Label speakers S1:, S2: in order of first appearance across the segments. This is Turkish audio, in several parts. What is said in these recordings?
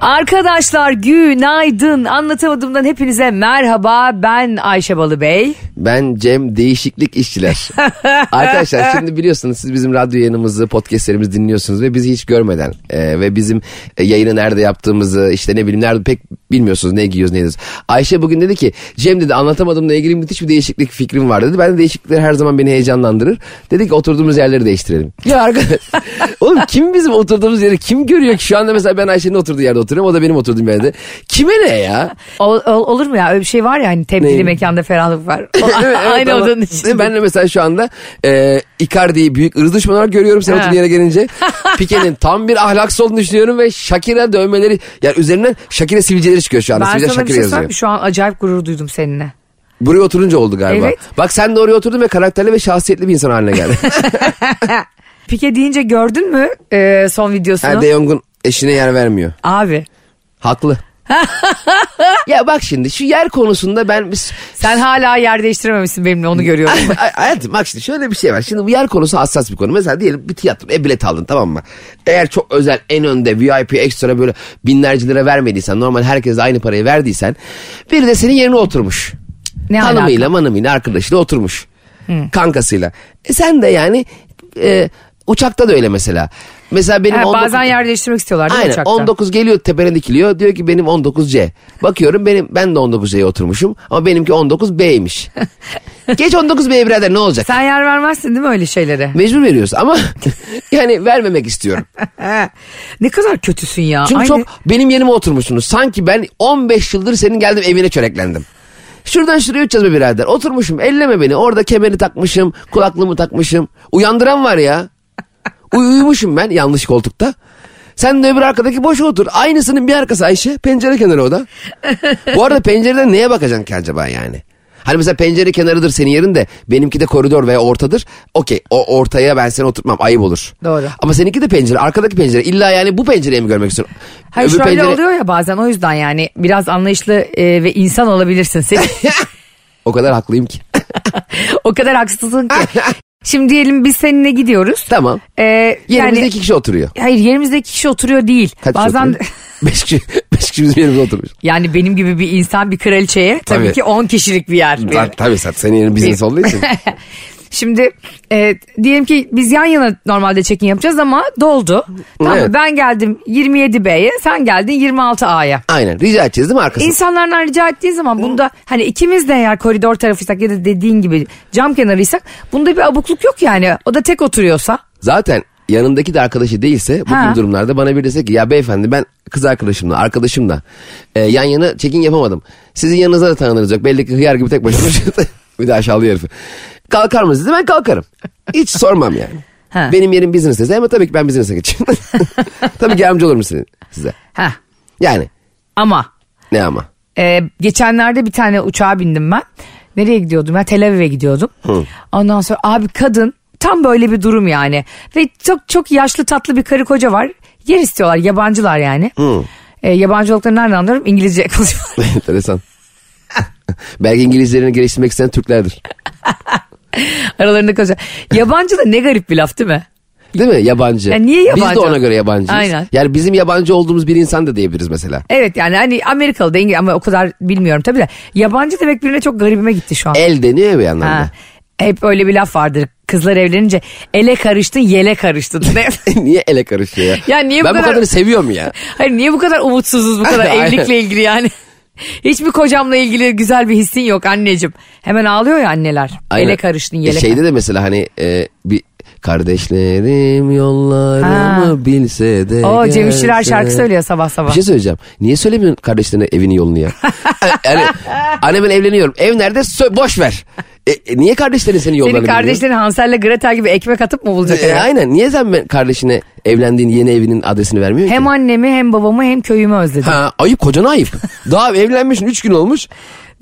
S1: Arkadaşlar günaydın. Anlatamadığımdan hepinize merhaba. Ben Ayşe Balıbey.
S2: Ben Cem Değişiklik İşçiler. Arkadaşlar şimdi biliyorsunuz siz bizim radyo yayınımızı, podcastlerimizi dinliyorsunuz ve bizi hiç görmeden e, ve bizim e, yayını nerede yaptığımızı işte ne bileyim nerede pek bilmiyorsunuz ne giyiyoruz ne ediyoruz. Ayşe bugün dedi ki Cem dedi anlatamadığımla ilgili müthiş bir değişiklik fikrim var dedi. Ben de değişiklikler her zaman beni heyecanlandırır. Dedi ki oturduğumuz yerleri değiştirelim. Ya arkadaş oğlum kim bizim oturduğumuz yeri kim görüyor ki şu anda mesela ben Ayşe'nin oturduğu yerde oturuyorum o da benim oturduğum yerde. Kime ne ya?
S1: Ol- ol- olur mu ya? Öyle bir şey var ya hani tebdili
S2: Neyim?
S1: mekanda ferahlık var. O-
S2: Evet, evet,
S1: aynı
S2: ama-
S1: odanın içinde.
S2: Ben de mesela şu anda e, Icardi'yi büyük ırz düşmanı olarak görüyorum sen
S1: Ha.
S2: oturduğun yere gelince. Pike'nin tam bir ahlaksız olduğunu düşünüyorum ve Shakira dövmeleri yani üzerinden Shakira sivilceleri çıkıyor şu anda.
S1: Ben
S2: Sivilce
S1: sana bir
S2: Shakira
S1: şey
S2: yazıyor.
S1: söyleyeyim. mi? Şu an acayip gurur duydum seninle.
S2: Buraya oturunca oldu galiba.
S1: Evet.
S2: Bak sen de oraya oturdun ve karakterli ve şahsiyetli bir insan haline geldin.
S1: Pike deyince gördün mü e, son videosunu?
S2: yani De Jong'un eşine yer vermiyor.
S1: Abi
S2: Haklı. ya bak şimdi şu yer konusunda ben biz
S1: sen hala yer değiştirememişsin benimle onu görüyorum.
S2: Ay- Hayatım bak şimdi şöyle bir şey var. Şimdi bu yer konusu hassas bir konu. Mesela diyelim bir tiyatro e, bilet aldın tamam mı? Eğer çok özel en önde VIP ekstra böyle binlerce lira vermediysen normal herkese aynı parayı verdiysen biri de senin yerine oturmuş.
S1: Ne
S2: Hanımıyla manımıyla arkadaşıyla oturmuş. Kankasıyla. E sen de yani e, uçakta da öyle mesela. Mesela benim
S1: Ha,
S2: 19
S1: bazen yer değiştirmek istiyorlar değil mi
S2: Aynen
S1: uçakta?
S2: 19 geliyor tepene dikiliyor diyor ki benim 19C. Bakıyorum benim ben de 19C'ye oturmuşum ama benimki 19B'ymiş. Geç 19B'ye birader ne olacak?
S1: Sen yer vermezsin değil mi öyle şeylere?
S2: Mecbur veriyoruz ama yani vermemek istiyorum.
S1: ne kadar kötüsün ya.
S2: Çünkü
S1: Aynı-
S2: çok benim yerime oturmuşsunuz. Sanki ben 15 yıldır senin geldim evine çöreklendim. Şuradan şuraya uçacağız be birader. Oturmuşum elleme beni. Orada kemeri takmışım. Kulaklığımı takmışım. Uyandıran var ya. Uy- uyumuşum ben yanlış koltukta. Sen de öbür arkadaki boşa otur. Aynısının bir arkası Ayşe. Pencere kenarı o da. Bu arada pencereden neye bakacaksın ki acaba yani? Hani mesela pencere kenarıdır senin yerin de benimki de koridor veya ortadır. Okey o ortaya ben seni oturtmam ayıp olur.
S1: Doğru.
S2: Ama seninki de pencere arkadaki pencere. İlla yani bu pencereyi mi görmek istiyorsun?
S1: Hayır şöyle oluyor ya bazen o yüzden yani biraz anlayışlı e, ve insan olabilirsin. Sen,
S2: O kadar haklıyım ki.
S1: o kadar haksızsın ki. Şimdi diyelim biz seninle gidiyoruz.
S2: Tamam.
S1: E,
S2: Yerimizde
S1: yani,
S2: iki kişi oturuyor.
S1: Hayır yerimizde iki kişi oturuyor değil.
S2: Kaç
S1: bazen
S2: kişi oturuyor? beş kişi, beş kişi bizim yerimizde oturmuş.
S1: yani benim gibi bir insan bir kraliçeye tabii,
S2: Tabii.
S1: ki 10 kişilik bir yer.
S2: Tabii tabii sen- senin yerin business olduğu için.
S1: Şimdi e, diyelim ki biz yan yana normalde check-in yapacağız ama doldu. Tamam mı?
S2: Evet.
S1: Ben geldim 27B'ye sen geldin 26A'ya.
S2: Aynen rica edeceğiz değil mi arkasını?
S1: İnsanlardan rica ettiğin zaman bunda hani ikimiz de eğer koridor tarafıysak ya da dediğin gibi cam kenarıysak bunda bir abukluk yok yani. O da tek oturuyorsa.
S2: Zaten yanındaki de arkadaşı değilse bu
S1: Ha.
S2: tür durumlarda bana bir dese ki ya beyefendi ben kız arkadaşımla arkadaşımla e, yan yana çekin yapamadım. Sizin yanınıza da tanınırız yok belli ki hıyar gibi tek başına bir de aşağılıyor herifi. Kalkar mısınız dedi ben kalkarım. Hiç sormam yani.
S1: Ha.
S2: Benim yerim business dese ama tabii ki ben business'e geçeyim. tabii ki yardımcı olurum size. size.
S1: Heh.
S2: Yani
S1: Ama
S2: ne ama.
S1: e, geçenlerde bir tane uçağa bindim ben. Nereye gidiyordum? Ben Tel Aviv'e gidiyordum. Ondan sonra abi kadın tam böyle bir durum yani. Ve çok çok yaşlı tatlı bir karı koca var. Yer istiyorlar yabancılar yani. E, yabancı olduklarını nereden anlarım? İngilizce konuşuyorlar.
S2: Enteresan. Belki İngilizlerini geliştirmek isteyen Türklerdir.
S1: Aralarında konuşuyor. Yabancı da ne garip bir laf değil mi?
S2: Değil mi? Yabancı.
S1: Ya E, niye
S2: Biz
S1: yabancı?
S2: de ona göre yabancıyız.
S1: Aynen.
S2: Yani bizim yabancı olduğumuz bir insan da diyebiliriz mesela.
S1: Evet yani hani Amerikalı da İngiliz ama o kadar bilmiyorum tabii de. Yabancı demek birine çok garibime gitti şu an.
S2: El deniyor ya bir yandan
S1: Ha.
S2: da.
S1: Hep öyle bir laf vardır. Kızlar evlenince ele karıştın yele karıştın. Ne?
S2: niye ele karışıyor ya?
S1: Ya niye bu
S2: ben bu
S1: kadar-
S2: kadını seviyorum ya.
S1: Hayır niye bu kadar umutsuzuz bu kadar
S2: Aynen.
S1: evlilikle ilgili yani. Hiçbir kocamla ilgili güzel bir hissin yok anneciğim. Hemen ağlıyor ya anneler.
S2: Aynen.
S1: Ele karıştın yele
S2: E Şeyde de mesela hani e, bir kardeşlerim yollarımı
S1: Ha.
S2: bilse de
S1: karıştın. Oo Cem
S2: gelse-
S1: İşçiler şarkı söylüyor sabah sabah.
S2: Bir şey söyleyeceğim. Niye söylemiyorsun kardeşlerine evini yolunu ya? E, yani, anne ben evleniyorum. Ev nerede? Sö- boş ver. E, e, niye kardeşlerin senin yollarını
S1: Senin
S2: bilmiyor?
S1: kardeşlerin Hansel'le Gretel gibi ekmek atıp mu bulacak?
S2: E,
S1: eve?
S2: aynen. Niye sen ben kardeşine evlendiğin yeni evinin adresini vermiyor
S1: Hem
S2: ki?
S1: annemi hem babamı hem köyümü özledim.
S2: Ha, ayıp kocana ayıp. Daha evlenmişsin 3 gün olmuş.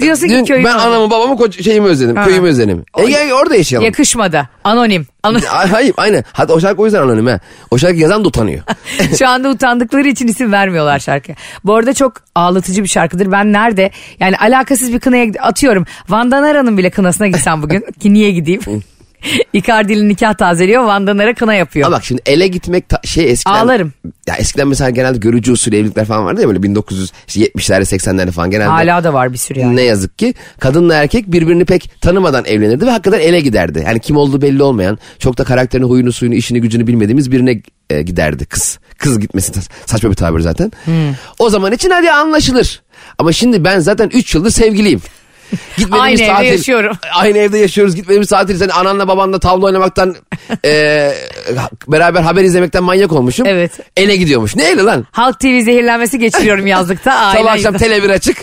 S1: Diyorsun ki
S2: Dün
S1: köyünü
S2: ben
S1: alalım.
S2: anamı babamı koç- şeyimi özledim.
S1: Ha.
S2: Köyümü özledim. E,
S1: O-
S2: gel orada yaşayalım.
S1: Yakışmadı. Anonim. Ano-
S2: Ay- Hayır aynen. Hatta o şarkı o yüzden anonim ha. O şarkı yazan da utanıyor.
S1: Şu anda utandıkları için isim vermiyorlar şarkıya. Bu arada çok ağlatıcı bir şarkıdır. Ben nerede yani alakasız bir kınaya gid- atıyorum. Vandan Ara'nın bile kınasına gitsem bugün ki niye gideyim? İkardi'nin nikah tazeliyor Vandan Ara kına yapıyor.
S2: Ama bak şimdi ele gitmek ta- şey eskiden.
S1: Ağlarım.
S2: Ya eskiden mesela genelde görücü usulü evlilikler falan vardı ya böyle 1970'lerde 80'lerde falan genelde.
S1: Hala da var bir sürü yani.
S2: Ne yazık ki kadınla erkek birbirini pek tanımadan evlenirdi ve hakikaten ele giderdi. Yani kim olduğu belli olmayan çok da karakterini huyunu suyunu işini gücünü bilmediğimiz birine e, giderdi kız. Kız gitmesi sa- saçma bir tabir zaten.
S1: Hmm.
S2: O zaman için hadi anlaşılır. Ama şimdi ben zaten 3 yıldır sevgiliyim.
S1: Aynı evde yaşıyorum.
S2: Aynı evde yaşıyoruz gitmediğimiz tatil. Sen ananla babanla tavla oynamaktan e, beraber haber izlemekten manyak olmuşum.
S1: Evet.
S2: Ele gidiyormuş. Ne eli lan?
S1: Halk TV zehirlenmesi geçiriyorum yazlıkta.
S2: Sabah
S1: Ailen-
S2: akşam tele bir açık.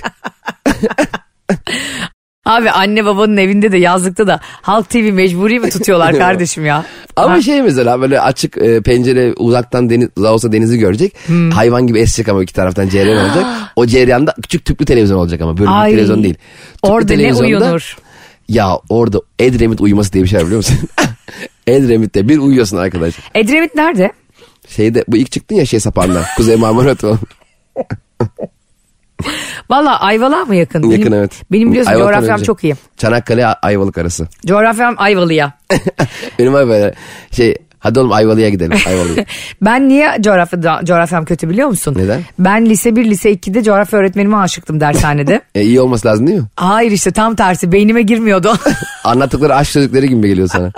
S1: Abi anne babanın evinde de yazlıkta da Halk TV mecburi mi tutuyorlar kardeşim ya?
S2: Ama
S1: Ha.
S2: şey mesela böyle açık e, pencere uzaktan deniz uzağa olsa denizi görecek.
S1: Hmm.
S2: Hayvan gibi esecek ama iki taraftan cereyan olacak. O cereyanda küçük tüplü televizyon olacak ama böyle
S1: Ay.
S2: bir televizyon değil. Tüplü
S1: Orada ne
S2: televizyonda-
S1: uyunur?
S2: Ya orada Edremit uyuması diye bir şey var biliyor musun? Edremit'te bir uyuyorsun arkadaş.
S1: Edremit nerede?
S2: Şeyde bu ilk çıktın ya şey sapanda. Kuzey Marmara Otobanı.
S1: Valla Ayvalık'a mı yakın?
S2: Yakın
S1: benim,
S2: evet.
S1: Benim biliyorsun
S2: Ayvalık'tan
S1: coğrafyam
S2: önce.
S1: çok iyi.
S2: Çanakkale Ayvalık arası.
S1: Coğrafyam Ayvalı'ya.
S2: Benim var böyle şey hadi oğlum Ayvalık'a gidelim. Ayvalık'a.
S1: ben niye coğrafya, coğrafyam kötü biliyor musun?
S2: Neden?
S1: Ben lise 1, lise 2'de coğrafya öğretmenime aşıktım dershanede.
S2: e, iyi olması lazım değil mi?
S1: Hayır işte tam tersi beynime girmiyordu.
S2: Anlattıkları aşk sözlükleri gibi geliyor sana.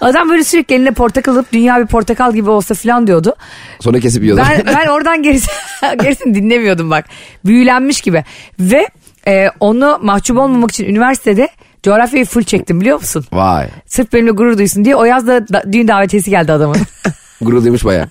S1: Adam böyle sürekli eline portakal alıp dünya bir portakal gibi olsa filan diyordu.
S2: Sonra kesip yiyorlar.
S1: Ben, ben oradan gerisi, gerisini dinlemiyordum bak. Büyülenmiş gibi. Ve e, onu mahcup olmamak için üniversitede coğrafyayı full çektim biliyor musun?
S2: Vay.
S1: Sırf benimle gurur duysun diye o yaz da da- düğün davetiyesi geldi adamın.
S2: Gurur duymuş baya.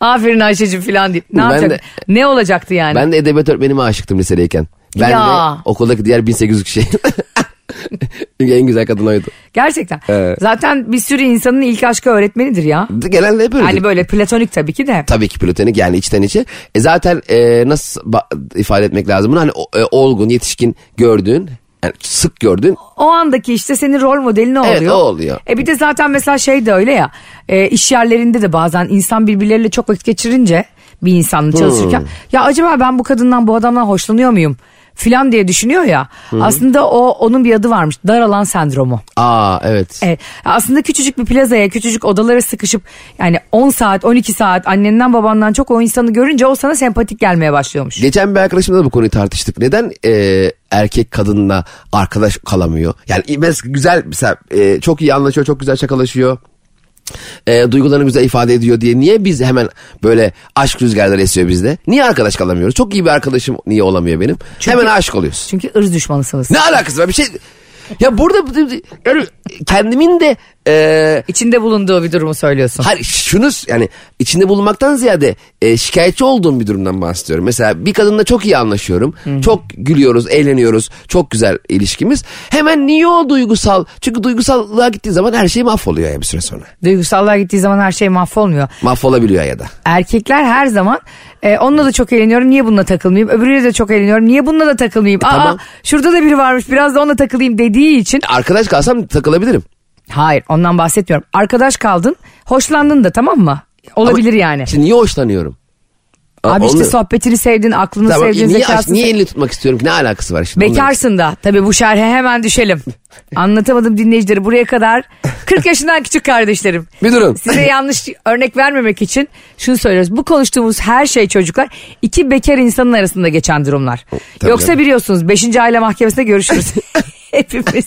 S1: Aferin Ayşe'cim filan deyip. Ne
S2: Ben
S1: yapacak?
S2: de-
S1: ne olacaktı yani?
S2: ben de edebiyat öğretmenime aşıktım lisedeyken. Ben
S1: Ya.
S2: de okuldaki diğer 1800 kişi. Çünkü en güzel kadın oydu.
S1: Gerçekten.
S2: Evet.
S1: Zaten bir sürü insanın ilk aşkı öğretmenidir ya.
S2: Genelde hep öyle.
S1: Hani böyle platonik tabii ki de.
S2: Tabii ki platonik yani içten içe. E zaten e, nasıl ba- ifade etmek lazım bunu? Hani o- e, olgun, yetişkin gördüğün, yani sık gördüğün
S1: O andaki işte senin rol modelin ne
S2: Evet,
S1: oluyor?
S2: o oluyor.
S1: E bir de zaten mesela şey de öyle ya. e, iş yerlerinde de bazen insan birbirleriyle çok vakit geçirince bir insanla çalışırken. Ya acaba ben bu kadından bu adamdan hoşlanıyor muyum? Filan diye düşünüyor ya. Aslında o onun bir adı varmış. Daralan sendromu.
S2: aa evet.
S1: Evet. Aslında küçücük bir plazaya, küçücük odalara sıkışıp yani 10 saat, 12 saat annenden babandan çok o insanı görünce o sana sempatik gelmeye başlıyormuş.
S2: Geçen bir arkadaşımla da bu konuyu tartıştık. Neden e, erkek kadınla arkadaş kalamıyor? Yani mesela güzel mesela e, çok iyi anlaşıyor, çok güzel şakalaşıyor. E, duygularını güzel ifade ediyor diye niye biz hemen böyle aşk rüzgarları esiyor bizde? Niye arkadaş kalamıyoruz? Çok iyi bir arkadaşım niye olamıyor benim? hemen aşık oluyoruz.
S1: Çünkü ırz düşmanısınız.
S2: Ne alakası var? Bir şey ya burada yani kendimin de e,
S1: İçinde bulunduğu bir durumu söylüyorsun.
S2: Hayır şunu yani içinde bulunmaktan ziyade e, şikayetçi olduğum bir durumdan bahsediyorum. Mesela bir kadınla çok iyi anlaşıyorum. Çok gülüyoruz, eğleniyoruz. Çok güzel ilişkimiz. Hemen niye o duygusal? Çünkü duygusallığa gittiği zaman her şey mahvoluyor ya bir süre sonra.
S1: Duygusallığa gittiği zaman her şey mahvolmuyor.
S2: Mahvolabiliyor ya da.
S1: Erkekler her zaman e, onunla da çok eğleniyorum niye bununla takılmayayım? Öbürüyle de çok eğleniyorum niye bununla da takılmayayım? Aa
S2: tamam.
S1: şurada da biri varmış biraz da onunla takılayım dediği için.
S2: Arkadaş kalsam takılabilirim.
S1: Hayır ondan bahsetmiyorum. Arkadaş kaldın hoşlandın da tamam mı? Olabilir
S2: Ama
S1: yani.
S2: Şimdi niye hoşlanıyorum? Aa,
S1: Abi işte
S2: onu-
S1: sohbetini sevdin, aklını
S2: Tamam,
S1: sevdin,
S2: niye, aşk-
S1: zekasını
S2: niye
S1: sevdin.
S2: elini tutmak istiyorum ki? Ne alakası var şimdi? Ondan-
S1: Bekarsın da. Tabii bu şerhe hemen düşelim. Anlatamadım dinleyicileri buraya kadar. 40 yaşından küçük kardeşlerim.
S2: Bir durun.
S1: Size yanlış örnek vermemek için şunu söylüyoruz. Bu konuştuğumuz her şey çocuklar iki bekar insanın arasında geçen durumlar.
S2: Tabii
S1: Yoksa
S2: canım.
S1: biliyorsunuz 5. aile mahkemesinde görüşürüz. Hepimiz.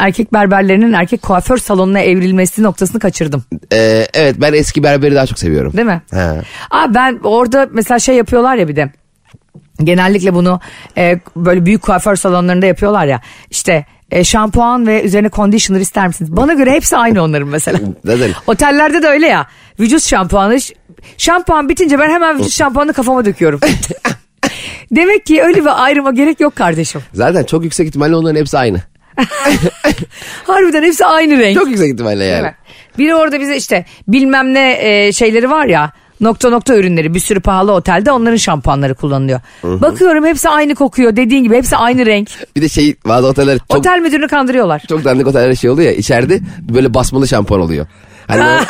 S1: Erkek berberlerinin erkek kuaför salonuna evrilmesi noktasını kaçırdım.
S2: Ee, evet ben eski berberi daha çok seviyorum.
S1: Değil mi?
S2: He.
S1: Aa ben orada mesela şey yapıyorlar ya bir de. Genellikle bunu e, böyle büyük kuaför salonlarında yapıyorlar ya. İşte e, şampuan ve üzerine conditioner ister misiniz? Bana göre hepsi aynı onların mesela.
S2: Neden?
S1: Otellerde de öyle ya. Vücut şampuanı. ş- Şampuan bitince ben hemen vücut şampuanını kafama döküyorum. Demek ki öyle bir ayrıma gerek yok kardeşim.
S2: Zaten çok yüksek ihtimalle onların hepsi aynı.
S1: Harbiden hepsi aynı renk.
S2: Çok yüksek ihtimalle yani.
S1: Değil mi? Biri orada bize işte bilmem ne e, şeyleri var ya nokta nokta ürünleri bir sürü pahalı otelde onların şampuanları kullanılıyor. Bakıyorum hepsi aynı kokuyor dediğin gibi hepsi aynı renk.
S2: Bir de şey bazı oteller çok,
S1: Otel müdürünü kandırıyorlar.
S2: çok dandik oteller şey oluyor ya içeride böyle basmalı şampuan oluyor. Hani böyle,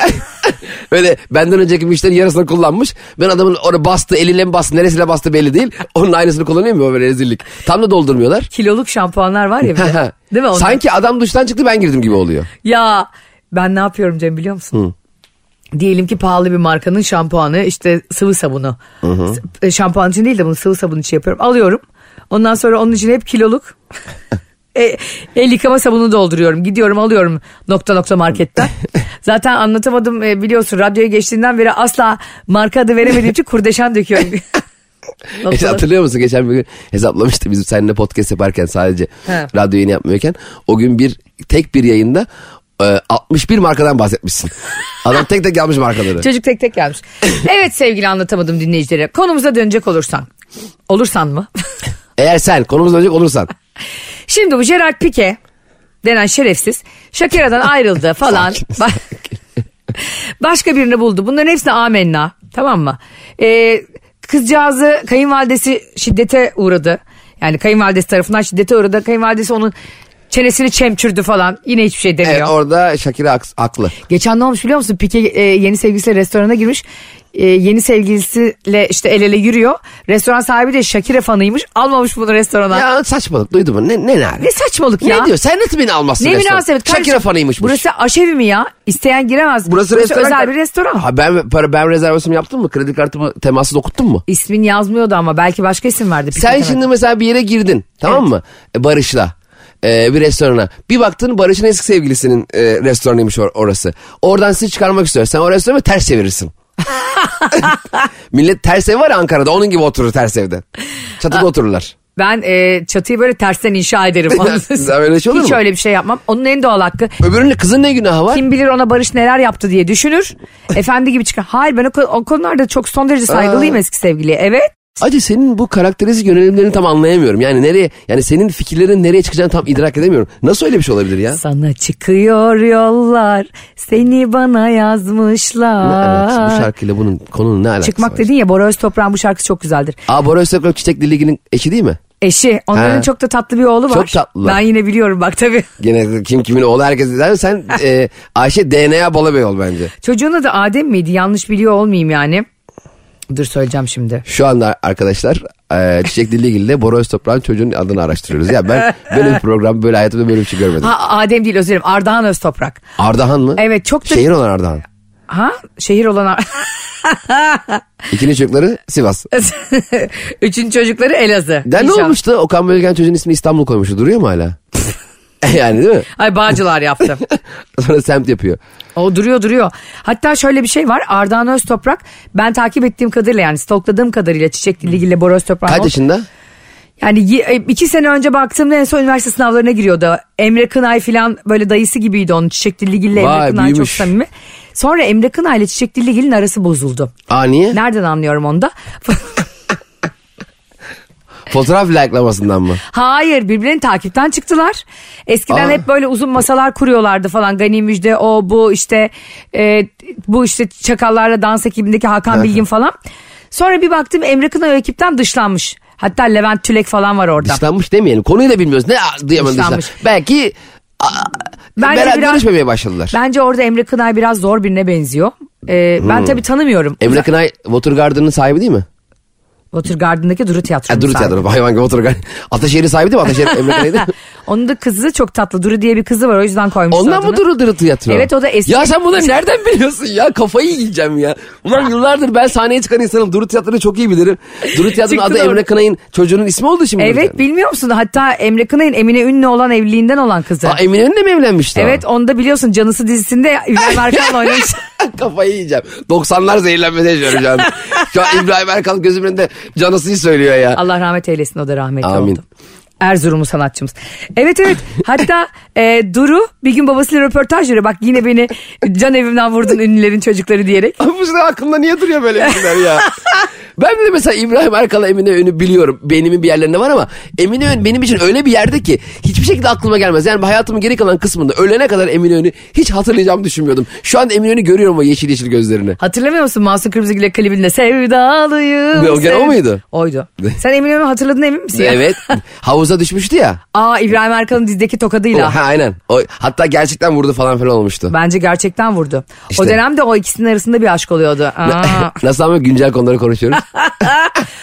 S2: böyle benden önceki müşterinin yarısını kullanmış. Ben adamın orada bastı eliyle mi bastı neresiyle bastı belli değil. Onun aynısını kullanıyor mu böyle rezillik. Tam da doldurmuyorlar.
S1: Kiloluk şampuanlar var ya bir de. Değil mi? Onlar-
S2: Sanki adam duştan çıktı ben girdim gibi oluyor.
S1: Ya ben ne yapıyorum Cem biliyor musun? Diyelim ki pahalı bir markanın şampuanı işte sıvı sabunu. S- e, Şampuan için değil de bunu sıvı sabun için yapıyorum. Alıyorum. Ondan sonra onun için hep kiloluk. E, el yıkama sabunu dolduruyorum. Gidiyorum alıyorum nokta nokta marketten. Zaten anlatamadım e, biliyorsun radyoya geçtiğinden beri asla marka adı veremediğim için kurdeşen döküyorum.
S2: E,
S1: Nokta-
S2: hatırlıyor musun geçen bir gün hesaplamıştı bizim seninle podcast yaparken sadece
S1: He.
S2: radyo yayını yapmıyorken o gün bir tek bir yayında e, 61 markadan bahsetmişsin. Adam tek tek yapmış markaları.
S1: Çocuk tek tek gelmiş. evet sevgili anlatamadım dinleyicilere. Konumuza dönecek olursan. Olursan mı?
S2: Eğer sen konumuz olacak olursan.
S1: Şimdi bu Gerard Pique denen şerefsiz Shakira'dan ayrıldı falan.
S2: Sakin,
S1: Ba- Başka birini buldu. Bunların hepsi amenna. Tamam mı? Ee, kızcağızı kayınvalidesi şiddete uğradı. Yani kayınvalidesi tarafından şiddete uğradı. Kayınvalidesi onun çenesini çemçürdü falan. Yine hiçbir şey demiyor.
S2: Evet, E, orada Şakir'e haks- haklı.
S1: Geçen ne olmuş biliyor musun? Pike e, yeni sevgilisiyle restorana girmiş. E, yeni sevgilisiyle işte el ele yürüyor. Restoran sahibi de Shakira fanıymış. Almamış bunu restorana.
S2: Ya saçmalık duydun mu? Ne, ne, ne?
S1: Ne saçmalık
S2: Ne
S1: ya.
S2: diyor? Sen nasıl beni almazsın?
S1: Ne
S2: restorana?
S1: münasebet.
S2: Shakira
S1: kardeşim.
S2: fanıymış.
S1: Burası aşevi mi ya? İsteyen giremez. özel bir restoran.
S2: Ha, ben, para, ben rezervasyon yaptım mı? Kredi kartımı temassız okuttun mu?
S1: İsmin yazmıyordu ama belki başka isim verdi.
S2: Sen şimdi mesela bir yere girdin tamam
S1: Evet.
S2: mı? E, Barış'la e, bir restorana. Bir baktın Barış'ın eski sevgilisinin e, restoranıymış or- orası. Oradan sizi çıkarmak istiyor. Sen o restoranı ters çevirirsin. Millet ters ev var ya Ankara'da onun gibi oturur ters evde. Çatıda otururlar.
S1: Ben e, çatıyı böyle tersten inşa ederim.
S2: Ya öyle şey olur
S1: Hiç
S2: mu?
S1: öyle bir şey yapmam. Onun en doğal hakkı.
S2: Öbürünün kızın ne günahı var?
S1: Kim bilir ona Barış neler yaptı diye düşünür. Efendi gibi çıkar. Hayır ben o, ko- o konularda çok son derece saygılıyım eski sevgiliye. Evet.
S2: Acı senin bu karakteristik yönelimlerini tam anlayamıyorum. Yani nereye yani senin fikirlerin nereye çıkacağını tam idrak edemiyorum. Nasıl öyle bir şey olabilir ya?
S1: Sana çıkıyor yollar seni bana yazmışlar.
S2: Evet, bu şarkıyla bunun konunun ne alakası
S1: Çıkmak
S2: var?
S1: dedin ya Bora Öztoprak'ın bu şarkısı çok güzeldir.
S2: Aa Bora Öztürk Çiçek Diligi'nin eşi değil mi?
S1: Eşi. Onların
S2: Ha.
S1: çok da tatlı bir oğlu var.
S2: Çok tatlılar.
S1: Ben yine biliyorum bak tabii.
S2: Gene kim kimin oğlu herkes der. Sen e, Ayşe DNA Balabey ol bence.
S1: Çocuğun adı Adem miydi? Yanlış biliyor olmayayım yani. Dur söyleyeceğim şimdi.
S2: Şu anda arkadaşlar e, Çiçek Dilligil ile Bora Öztoprak'ın çocuğunun adını araştırıyoruz. Ya ben böyle bir program böyle hayatımda böyle bir şey görmedim.
S1: Ha Adem değil özür dilerim. Ardahan Öztoprak.
S2: Ardahan mı?
S1: Evet, çok da-
S2: Şehir olan Ardahan.
S1: Ha şehir olan Ar-
S2: İkinci çocukları Sivas.
S1: Üçün çocukları Elazığ.
S2: Ya ne
S1: İnşallah.
S2: olmuştu? Okan Bölgen çocuğun ismini İstanbul koymuştu. Duruyor mu hala? yani değil mi?
S1: Ay Bağcılar yaptı.
S2: Sonra semt yapıyor.
S1: O duruyor duruyor. Hatta şöyle bir şey var. Ardahan Öztoprak ben takip ettiğim kadarıyla yani stalkladığım kadarıyla Çiçek Diligi'yle Bora Öztoprak.
S2: Kaç yaşında?
S1: Yani y- e, iki sene önce baktığımda en son üniversite sınavlarına giriyordu. Emre Kınay falan böyle dayısı gibiydi onun Çiçek Dilligil'le Emre
S2: Vay,
S1: Kınay çok
S2: büyümüş.
S1: samimi. Sonra Emre Kınay ile Çiçek Dilligil'in arası bozuldu.
S2: Aa niye?
S1: Nereden anlıyorum onu da?
S2: Fotoğraf likelamasından mı?
S1: Hayır birbirlerini takipten çıktılar. Eskiden
S2: Aa.
S1: hep böyle uzun masalar kuruyorlardı falan. Gani Müjde o bu işte e, bu işte çakallarla dans ekibindeki Hakan Bilgin falan. Sonra bir baktım Emre Kınay o ekipten dışlanmış. Hatta Levent Tülek falan var orada.
S2: Dışlanmış demeyelim. Konuyu da bilmiyoruz. Ne duyamadım
S1: Dışlanmış.
S2: dışlan- Belki aa,
S1: Bence
S2: beraber
S1: biraz-
S2: görüşmemeye başladılar.
S1: Bence orada Emre Kınay biraz zor birine benziyor. Ee, ben tabii tanımıyorum.
S2: Hmm. Emre Kınay Watergarden'ın sahibi değil mi?
S1: Watergarden'daki Duru Tiyatrosu'nun
S2: Ha, Duru
S1: sahibi.
S2: Tiyatro. Hayvan gibi Watergarden. Ataşehir'i sahibi değil mi? Ataşehir Emre Kınay değil mi?
S1: Onun da kızı çok tatlı. Duru diye bir kızı var o yüzden koymuşlar
S2: Ondan
S1: adını.
S2: mı Duru Duru Tiyatro?
S1: Evet, o da eski-
S2: Ya sen bunları nereden biliyorsun ya? Kafayı yiyeceğim ya. Ulan yıllardır ben sahneye çıkan insanım. Duru Tiyatro'yu çok iyi bilirim. Duru Tiyatro'nun
S1: Çıktı
S2: adı
S1: doğru.
S2: Emre Kınay'ın çocuğunun ismi oldu şimdi.
S1: Evet bilmiyor musun? Hatta Emre Kınay'ın Emine Ünlü olan evliliğinden olan kızı.
S2: Aa, Emine Ünlü mi evlenmiş daha?
S1: evet onu da biliyorsun Canısı dizisinde İbrahim Erkan'la oynamış.
S2: Kafayı yiyeceğim. 90'lar zehirlenmesi yaşıyorum şu an. Şu an İbrahim Erkan gözümün önünde canısıyı söylüyor ya.
S1: Allah rahmet eylesin o da rahmetli
S2: Amin.
S1: oldu. Erzurumlu sanatçımız. Evet evet hatta e, Duru bir gün babasıyla röportaj veriyor. Bak yine beni can evimden vurdun ünlülerin çocukları diyerek.
S2: Bu sıra aklımda niye duruyor böyle şeyler ya? Ben de mesela İbrahim Erkal'a Emine Ön'ü biliyorum. Beynimin bir yerlerinde var ama Emine Ön benim için öyle bir yerde ki hiçbir şekilde aklıma gelmez. Yani hayatımın geri kalan kısmında ölene kadar Emine Ön'ü hiç hatırlayacağımı düşünmüyordum. Şu an Emine Ön'ü görüyorum o yeşil yeşil gözlerini.
S1: Hatırlamıyor musun Masum Kırmızıgül'e klibinde sevdalıyım.
S2: Ne, o gene o
S1: sev-
S2: muydu?
S1: Oydu. Sen Emine Hanım'ı hatırladın emin misin? ya?
S2: Evet. Havuza düşmüştü ya.
S1: Aa İbrahim Erkal'ın dizdeki tokadıyla.
S2: Ha aynen. O, hatta gerçekten vurdu falan filan olmuştu.
S1: Bence gerçekten vurdu. O
S2: İşte.
S1: dönemde o ikisinin arasında bir aşk oluyordu. Aa.
S2: Nasıl ama güncel konuları konuşuyoruz.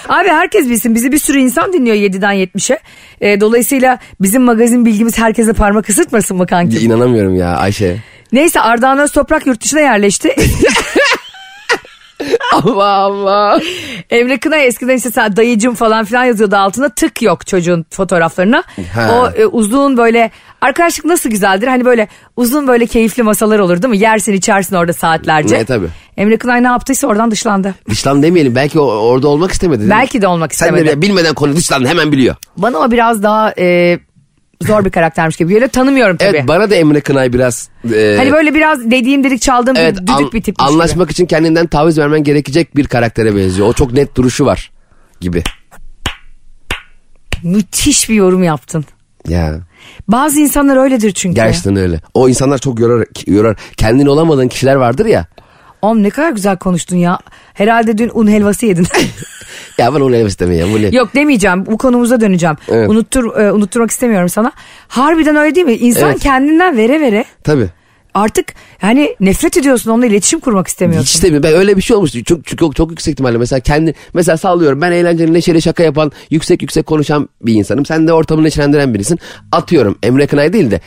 S1: Abi herkes bilsin. Bizi bir sürü insan dinliyor 7'den 70'e. Ee, dolayısıyla bizim magazin bilgimiz herkese parmak ısıtmasın mı kanki?
S2: İnanamıyorum ya Ayşe.
S1: Neyse Ardahan Öztoprak yurt dışına yerleşti.
S2: Allah Allah.
S1: Emre Kınay eskiden işte sen dayıcım falan filan yazıyordu altına tık yok çocuğun fotoğraflarına.
S2: Ha.
S1: O e, uzun böyle arkadaşlık nasıl güzeldir hani böyle uzun böyle keyifli masalar olur değil mi? Yersin içersin orada saatlerce.
S2: Ne, E, tabii.
S1: Emre Kınay ne yaptıysa oradan dışlandı.
S2: Dışlan demeyelim. Belki o, orada olmak istemedi. değil mi?
S1: Belki de olmak
S2: Sen
S1: istemedi.
S2: de bilmeden konu dışlan hemen biliyor.
S1: Bana o biraz daha e, zor bir karaktermiş gibi geliyor. Tanımıyorum tabii.
S2: Evet bana da Emre Kınay biraz... e,
S1: hani böyle biraz dediğim dedik çaldığım
S2: evet,
S1: bir düdük
S2: an-
S1: bir tipmiş gibi.
S2: Anlaşmak için kendinden taviz vermen gerekecek bir karaktere benziyor. O çok net duruşu var gibi.
S1: Müthiş bir yorum yaptın.
S2: Ya
S1: Bazı insanlar öyledir çünkü.
S2: gerçekten öyle. O insanlar çok yorar, yorar. Kendin olamadığın kişiler vardır ya.
S1: Oğlum ne kadar güzel konuştun ya. Herhalde dün un helvası yedin.
S2: Ya ben onu istemeyeyim. Bu ne?
S1: Yok demeyeceğim. Bu konumuza döneceğim.
S2: Evet.
S1: Unuttur, e, unutturmak istemiyorum sana. Harbiden öyle değil mi? İnsan
S2: Evet.
S1: kendinden vere vere
S2: Tabii.
S1: artık yani nefret ediyorsun onunla iletişim kurmak istemiyorsun.
S2: Hiç istemiyorum. Ben öyle bir şey olmuştu. Çok, çok, çok, çok yüksek ihtimalle mesela kendi mesela sallıyorum ben eğlenceli neşeli şaka yapan yüksek yüksek konuşan bir insanım. Sen de ortamı neşelendiren birisin. Atıyorum Emre Kınay değil de.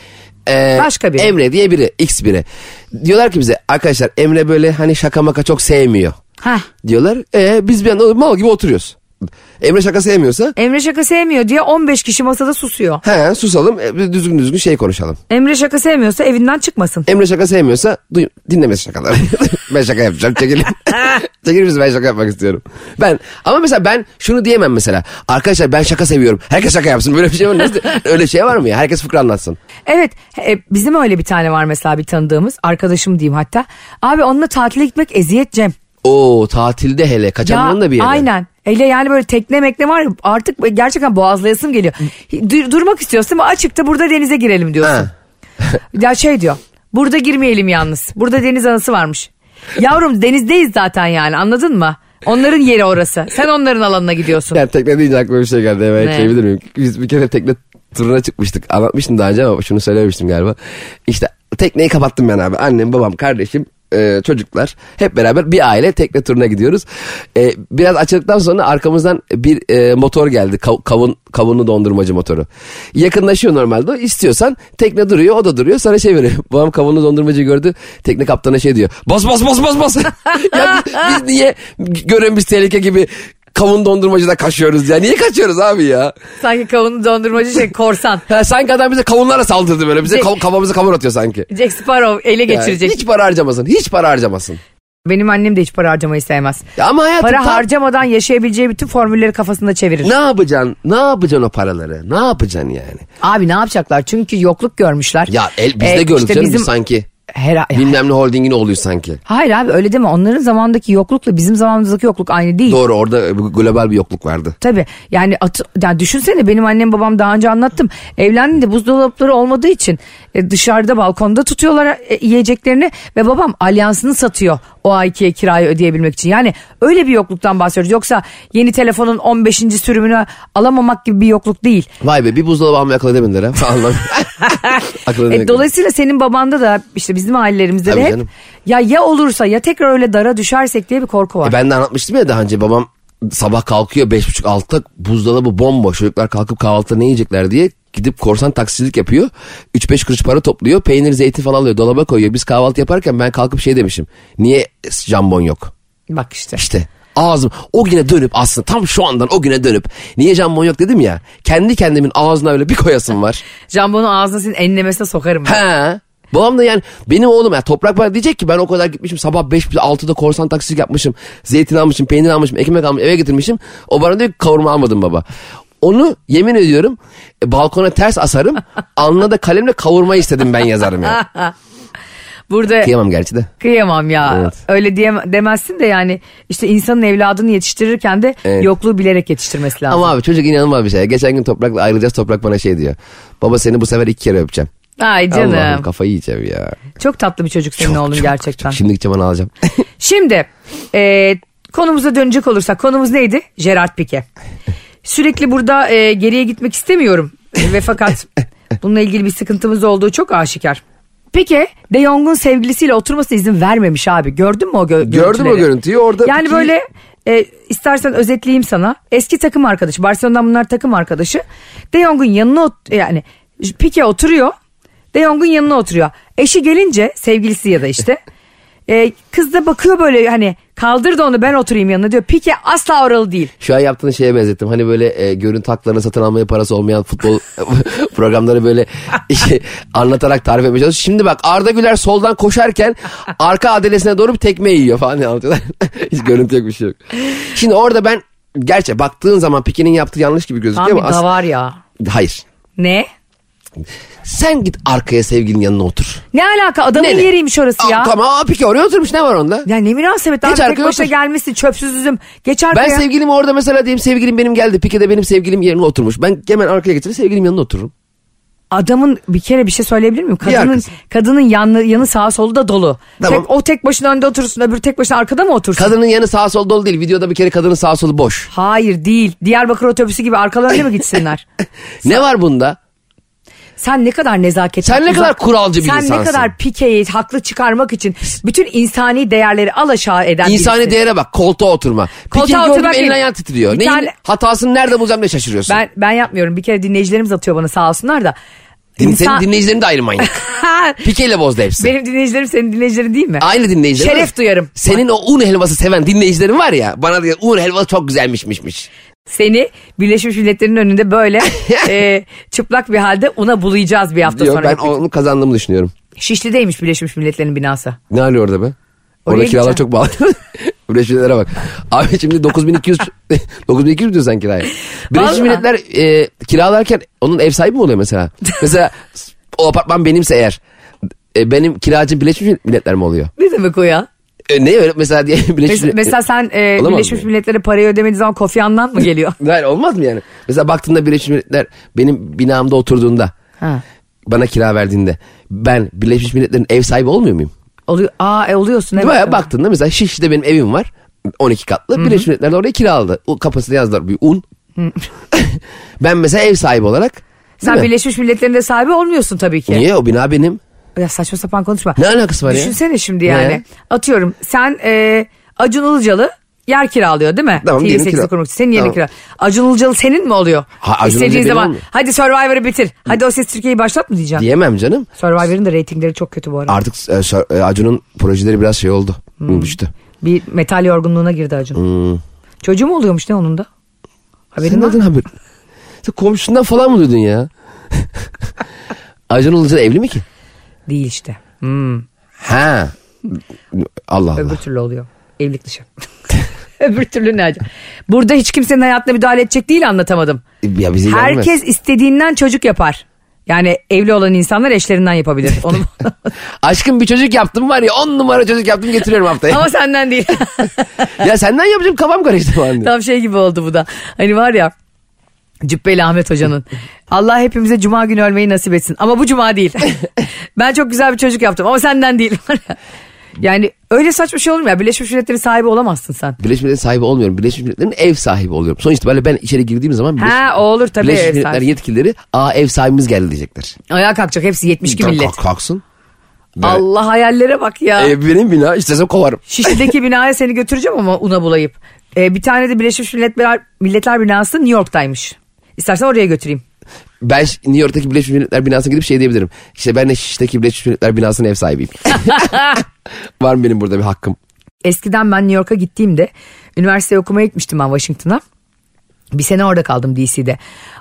S2: e,
S1: Başka biri.
S2: Emre diye biri X biri. Diyorlar ki bize arkadaşlar Emre böyle hani şaka maka çok sevmiyor.
S1: Hah.
S2: Diyorlar e, biz bir anda mal gibi oturuyoruz. Emre şaka sevmiyorsa
S1: Emre şaka sevmiyor diye 15 kişi masada susuyor.
S2: he susalım e, biz düzgün düzgün şey konuşalım.
S1: Emre şaka sevmiyorsa evinden çıkmasın.
S2: Emre şaka sevmiyorsa duy, dinlemesi şakaları. ben şaka yapacağım çekilin. çekilin misin ben şaka yapmak istiyorum. Ben ama mesela ben şunu diyemem mesela. Arkadaşlar ben şaka seviyorum. Herkes şaka yapsın böyle bir şey var. Nasıl, öyle şey var mı ya? Herkes fıkra anlatsın.
S1: Evet e, bizim öyle bir tane var mesela bir tanıdığımız arkadaşım diyeyim hatta. Abi onunla tatile gitmek eziyet Cem.
S2: Oo tatilde hele kaçamanın da bir yeri.
S1: Aynen. Ele yani böyle tekne mekne var ya, artık gerçekten boğazlayasım geliyor. Dur- durmak istiyorsun ama açıkta burada denize girelim diyorsun.
S2: Ha.
S1: Ya şey diyor. Burada girmeyelim yalnız. Burada deniz anası varmış. Yavrum denizdeyiz zaten yani anladın mı? Onların yeri orası. Sen onların alanına gidiyorsun.
S2: Yani tekne deyince aklıma bir şey geldi. Hemen
S1: Ne?
S2: ekleyebilir miyim? Biz bir kere tekne turuna çıkmıştık. Anlatmıştım daha önce ama şunu söylememiştim galiba. İşte tekneyi kapattım ben abi. Annem, babam, kardeşim, e, çocuklar hep beraber bir aile tekne turuna gidiyoruz. E, biraz açıldıktan sonra arkamızdan bir e, motor geldi. Kav- kavun kavunlu dondurmacı motoru. Yakınlaşıyor normalde. o. İstiyorsan tekne duruyor, o da duruyor. Sana şey veriyor. Babam kavunlu dondurmacı gördü. Tekne kaptana şey diyor. Bas bas bas bas bas. ya biz, biz niye gören biz tehlike gibi kavun dondurmacıda kaçıyoruz ya. Niye kaçıyoruz abi ya?
S1: Sanki kavunu dondurmacı şey korsan.
S2: Ha, sanki adam bize kavunlara saldırdı böyle. Bize kav- kafamıza kavun atıyor sanki.
S1: Jack Sparrow ele
S2: Yani
S1: geçirecek.
S2: hiç para harcamasın. Hiç para harcamasın.
S1: Benim annem de hiç para harcamayı sevmez.
S2: Ya ama hayatım
S1: Para
S2: tam-
S1: harcamadan yaşayabileceği bütün formülleri kafasında çevirir.
S2: ne yapacaksın? Ne yapacaksın o paraları? Ne yapacaksın yani?
S1: Abi ne yapacaklar? Çünkü yokluk görmüşler.
S2: Ya el, biz
S1: Ee,
S2: de gördük
S1: işte
S2: canım biz
S1: bizim-
S2: sanki.
S1: Her,
S2: Bilmem ne holdingin oluyor sanki.
S1: Hayır abi öyle deme. Onların zamandaki yoklukla bizim zamanımızdaki yokluk aynı değil.
S2: Doğru orada global bir yokluk vardı.
S1: Tabii yani, at, yani düşünsene benim annem babam daha önce anlattım. Evlendiğinde buzdolapları olmadığı için e, dışarıda balkonda tutuyorlar e, yiyeceklerini ve babam alyansını satıyor o ayki kirayı ödeyebilmek için. Yani öyle bir yokluktan bahsediyoruz. Yoksa yeni telefonun 15. sürümünü alamamak gibi bir yokluk değil.
S2: Vay be bir buzdolabı almaya akıl edemediler ha. Anlam. akıl
S1: E,
S2: edemediler.
S1: dolayısıyla senin babanda da işte bizim ailelerimizde
S2: Tabii
S1: de hep
S2: canım.
S1: ya ya olursa ya tekrar öyle dara düşersek diye bir korku var.
S2: E ben de anlatmıştım ya daha önce babam sabah kalkıyor beş buçuk altta buzdolabı bomboş çocuklar kalkıp kahvaltıda ne yiyecekler diye gidip korsan taksicilik yapıyor. 3-5 kuruş para topluyor peynir zeytin falan alıyor dolaba koyuyor. Biz kahvaltı yaparken ben kalkıp şey demişim niye jambon yok
S1: Bak işte.
S2: işte ağzım o güne dönüp aslında tam şu andan o güne dönüp niye jambon yok dedim ya kendi kendimin ağzına öyle bir koyasım var.
S1: Jambonun ağzına senin enlemesine sokarım. ben.
S2: He. Babam da yani benim oğlum ya toprak var diyecek ki ben o kadar gitmişim sabah 5-6'da korsan taksicilik yapmışım. Zeytin almışım, peynir almışım, ekmek almışım, eve getirmişim. O bana diyor ki kavurma almadım baba. Onu yemin ediyorum e, balkona ters asarım. alnına da kalemle kavurma istedim ben yazarım ya.
S1: Burada
S2: Kıyamam gerçi de.
S1: Kıyamam ya.
S2: Evet.
S1: Öyle diyem demezsin de yani işte insanın evladını yetiştirirken de
S2: Evet.
S1: yokluğu bilerek yetiştirmesi lazım.
S2: Ama abi çocuk inanılmaz bir şey. Geçen gün Toprak'la ayrılacağız. Toprak bana şey diyor. Baba seni bu sefer iki kere öpeceğim.
S1: Ay canım.
S2: Allah'ım kafayı yiyeceğim ya.
S1: Çok tatlı bir çocuk senin
S2: Çok,
S1: oğlun
S2: çok,
S1: gerçekten.
S2: çok. Şimdi gideceğim onu alacağım.
S1: Şimdi e, konumuza dönecek olursak konumuz neydi? Gerard Pique. Sürekli burada e, geriye gitmek istemiyorum E, ve fakat bununla ilgili bir sıkıntımız olduğu çok aşikar. Pique De Jong'un sevgilisiyle oturmasına izin vermemiş abi. Gördün mü o gö- görüntüleri?
S2: Gördüm o görüntüyü. Orada
S1: Yani
S2: Pique'yi-
S1: böyle e, istersen özetleyeyim sana. Eski takım arkadaşı. Barcelona'dan bunlar takım arkadaşı. De Jong'un yanına ot- e, yani Pique oturuyor. De Jong'un yanına oturuyor. Eşi gelince sevgilisi ya da işte. e, kız da bakıyor böyle hani kaldır da onu ben oturayım yanına diyor. Pique asla oralı değil.
S2: Şu an yaptığın şeye benzettim. Hani böyle e, görüntü haklarını satın almaya parası olmayan futbol programları böyle işte anlatarak tarif etmeye çalışıyor. Şimdi bak Arda Güler soldan koşarken arka adalesine doğru bir tekme yiyor falan diye anlatıyorlar. Hiç görüntü yok bir şey yok. Şimdi orada ben gerçi baktığın zaman Pique'nin yaptığı yanlış gibi gözüküyor
S1: Tam bir
S2: ama aslında...
S1: davar ya.
S2: Hayır.
S1: Ne?
S2: Sen git arkaya sevgilinin yanına otur.
S1: Ne alaka adamın
S2: Nereye?
S1: yeriymiş orası ya.
S2: Aa, tamam aa, Pique oraya oturmuş ne var onda?
S1: Ya ne münasebet abi tek
S2: arkaya
S1: başına
S2: otur.
S1: gelmişsin çöpsüz üzüm. Geç
S2: Ben
S1: arkaya.
S2: sevgilim orada mesela diyeyim sevgilim benim geldi. Pique de benim sevgilim yerine oturmuş. Ben hemen arkaya geçerim sevgilim yanına otururum.
S1: Adamın bir kere bir şey söyleyebilir miyim?
S2: Diğer
S1: Kadının
S2: kız.
S1: kadının yanı yanı sağa solu da dolu.
S2: Tamam.
S1: Tek, o tek başına önde otursun, öbürü tek başına arkada mı otursun?
S2: Kadının yanı sağ sol dolu değil. Videoda bir kere kadının sağ solu boş.
S1: Hayır değil. Diyarbakır otobüsü gibi arkalarına mı gitsinler?
S2: Ne var bunda?
S1: Sen ne kadar nezaketli.
S2: Sen ne kadar kuralcı bir
S1: Sen
S2: insansın.
S1: ne kadar pikeyi haklı çıkarmak için bütün insani değerleri alaşağı eden
S2: İnsani
S1: birisin.
S2: değere bak. Koltuğa oturma.
S1: Koltuğa
S2: Koltuğa oturma
S1: oturmak
S2: elin
S1: değil.
S2: ayağın titriyor.
S1: Bir
S2: Neyin
S1: tane-
S2: hatasını nerede bulacağım ne şaşırıyorsun.
S1: Ben, ben yapmıyorum. Bir kere dinleyicilerimiz atıyor bana sağ olsunlar da.
S2: Din-
S1: İnsan-
S2: Senin dinleyicilerin de aynı manyak. Pikeyle bozdu hepsi.
S1: Benim dinleyicilerim senin dinleyicilerin değil mi?
S2: Aynı dinleyicilerin.
S1: Şeref duyarım.
S2: Senin o un helvası seven dinleyicilerin var ya. Bana diyor un helvası çok güzelmişmişmiş.
S1: Seni Birleşmiş Milletler'in önünde böyle e, çıplak bir halde una bulayacağız bir hafta
S2: Diyor
S1: sonra.
S2: ben onu kazandığımı düşünüyorum.
S1: Şişli'deymiş Birleşmiş Milletler'in binası.
S2: Ne hali orada be? Orada
S1: gideceğim.
S2: kiralar çok bağlı. Birleşmiş Milletler'e bak. Abi şimdi 9200 9200 diyor sen kiraya. Birleşmiş
S1: Vallahi.
S2: Milletler e, kiralarken onun ev sahibi mi oluyor mesela? mesela o apartman benimse eğer e, benim kiracım Birleşmiş Milletler mi oluyor?
S1: Ne demek o ya?
S2: E, ne öyle mesela diye Birleşmiş
S1: Mes- mesela sen e,
S2: Olamaz
S1: Birleşmiş
S2: mı?
S1: Milletler'e parayı ödemediğin zaman Kofi Annan mı geliyor?
S2: Hayır olmaz mı yani? Mesela baktığında Birleşmiş Milletler benim binamda oturduğunda
S1: Ha.
S2: bana kira verdiğinde ben Birleşmiş Milletler'in ev sahibi olmuyor muyum?
S1: Oluyor. Aa e, oluyorsun evet.
S2: Bayağı baktığında mesela Şişli'de benim evim var. 12 katlı. Birleşmiş Milletler de oraya kiraladı. O kafasına yazdılar bir un. ben mesela ev sahibi olarak. değil
S1: Sen
S2: mi?
S1: Birleşmiş Milletler'in de sahibi olmuyorsun tabii ki.
S2: Niye? O bina benim.
S1: Ya saçma sapan konuşma.
S2: Ne alakası var ya?
S1: Düşünsene şimdi
S2: Ne?
S1: yani. Atıyorum sen e, Acun Ilıcalı yer kiralıyor değil mi?
S2: Tamam, yerini
S1: TV8'i
S2: kira-
S1: kurmak için. Senin yerini
S2: Tamam.
S1: kira. Acun Ilıcalı senin mi oluyor?
S2: Ha, Acun
S1: İstediği
S2: Ilıcalı benim
S1: zaman
S2: olmuyor.
S1: hadi Survivor'ı bitir. Hadi O Ses Türkiye'yi başlat mı diyeceğim?
S2: Diyemem canım.
S1: Survivor'ın da reytingleri çok kötü bu arada.
S2: Artık e, Sör- e, Acun'un projeleri biraz şey oldu. Düştü.
S1: bir metal yorgunluğuna girdi Acun. Çocuğu mu oluyormuş ne onun da? Haberin
S2: Hmm. Senin
S1: var mı?
S2: adın haber. Sen komşusundan falan mı duydun ya? Acun Ilıcalı evli mi ki?
S1: Değil işte. Hmm.
S2: Ha. Allah Allah.
S1: Öbür türlü oluyor. Evlilik dışı. Öbür türlü ne acaba? Burada hiç kimsenin hayatına müdahale edecek değil anlatamadım.
S2: Ya bizi ilgilenmez.
S1: Herkes istediğinden çocuk yapar. Yani evli olan insanlar eşlerinden yapabilir. Onu...
S2: Aşkım bir çocuk yaptım var ya on numara çocuk yaptım getiriyorum haftaya.
S1: Ama senden değil.
S2: ya senden yapacağım kafam karıştı falan diye.
S1: Tam şey gibi oldu bu da. Hani var ya Cübbeli Ahmet Hoca'nın. Allah hepimize cuma günü ölmeyi nasip etsin. Ama bu cuma değil. ben çok güzel bir çocuk yaptım ama senden değil. yani öyle saçma şey olur mu ya? Birleşmiş Milletler'in sahibi olamazsın sen.
S2: Birleşmiş Milletler'in sahibi olmuyorum. Birleşmiş Milletler'in ev sahibi oluyorum. Sonuç itibariyle ben içeri girdiğim zaman Birleşmiş,
S1: Ha o olur tabii.
S2: Birleşmiş
S1: ev
S2: Milletler
S1: sahibi.
S2: yetkilileri aa ev sahibimiz geldi diyecekler.
S1: Ayağa kalkacak hepsi 72 millet.
S2: Kalk- Kalksın. Ben-
S1: Allah hayallere bak ya.
S2: E, benim bina istesem kovarım.
S1: Şişli'deki binaya seni götüreceğim ama una bulayıp. Ee, bir tane de Birleşmiş Milletler, Milletler binası New York'taymış. İstersen oraya götüreyim.
S2: Ben Ş- New York'taki Birleşmiş Milletler binasına gidip şey diyebilirim. İşte ben de Şiş'teki Birleşmiş Milletler binasının ev sahibiyim. Var mı benim burada bir hakkım?
S1: Eskiden ben New York'a gittiğimde üniversite okumaya gitmiştim ben Washington'a. Bir sene orada kaldım DC'de.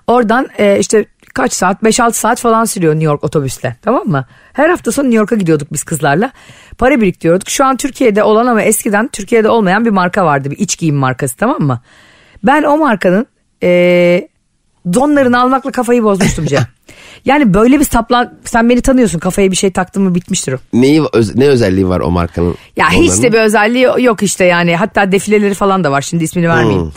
S1: Oradan e, işte kaç saat 5-6 saat falan sürüyor New York otobüsle tamam mı? Her hafta sonu New York'a gidiyorduk biz kızlarla. Para biriktiriyorduk. Şu an Türkiye'de olan ama eskiden Türkiye'de olmayan bir marka vardı. Bir iç giyim markası tamam mı? Ben o markanın e, donlarını almakla kafayı bozmuştum Cem. Yani böyle bir saplan... Sen beni tanıyorsun kafaya bir şey taktın mı bitmiştir o.
S2: Neyi, öz- ne özelliği var o markanın?
S1: Ya hiç de bir özelliği yok işte yani. Hatta defileleri falan da var şimdi ismini vermeyeyim.
S2: Hmm.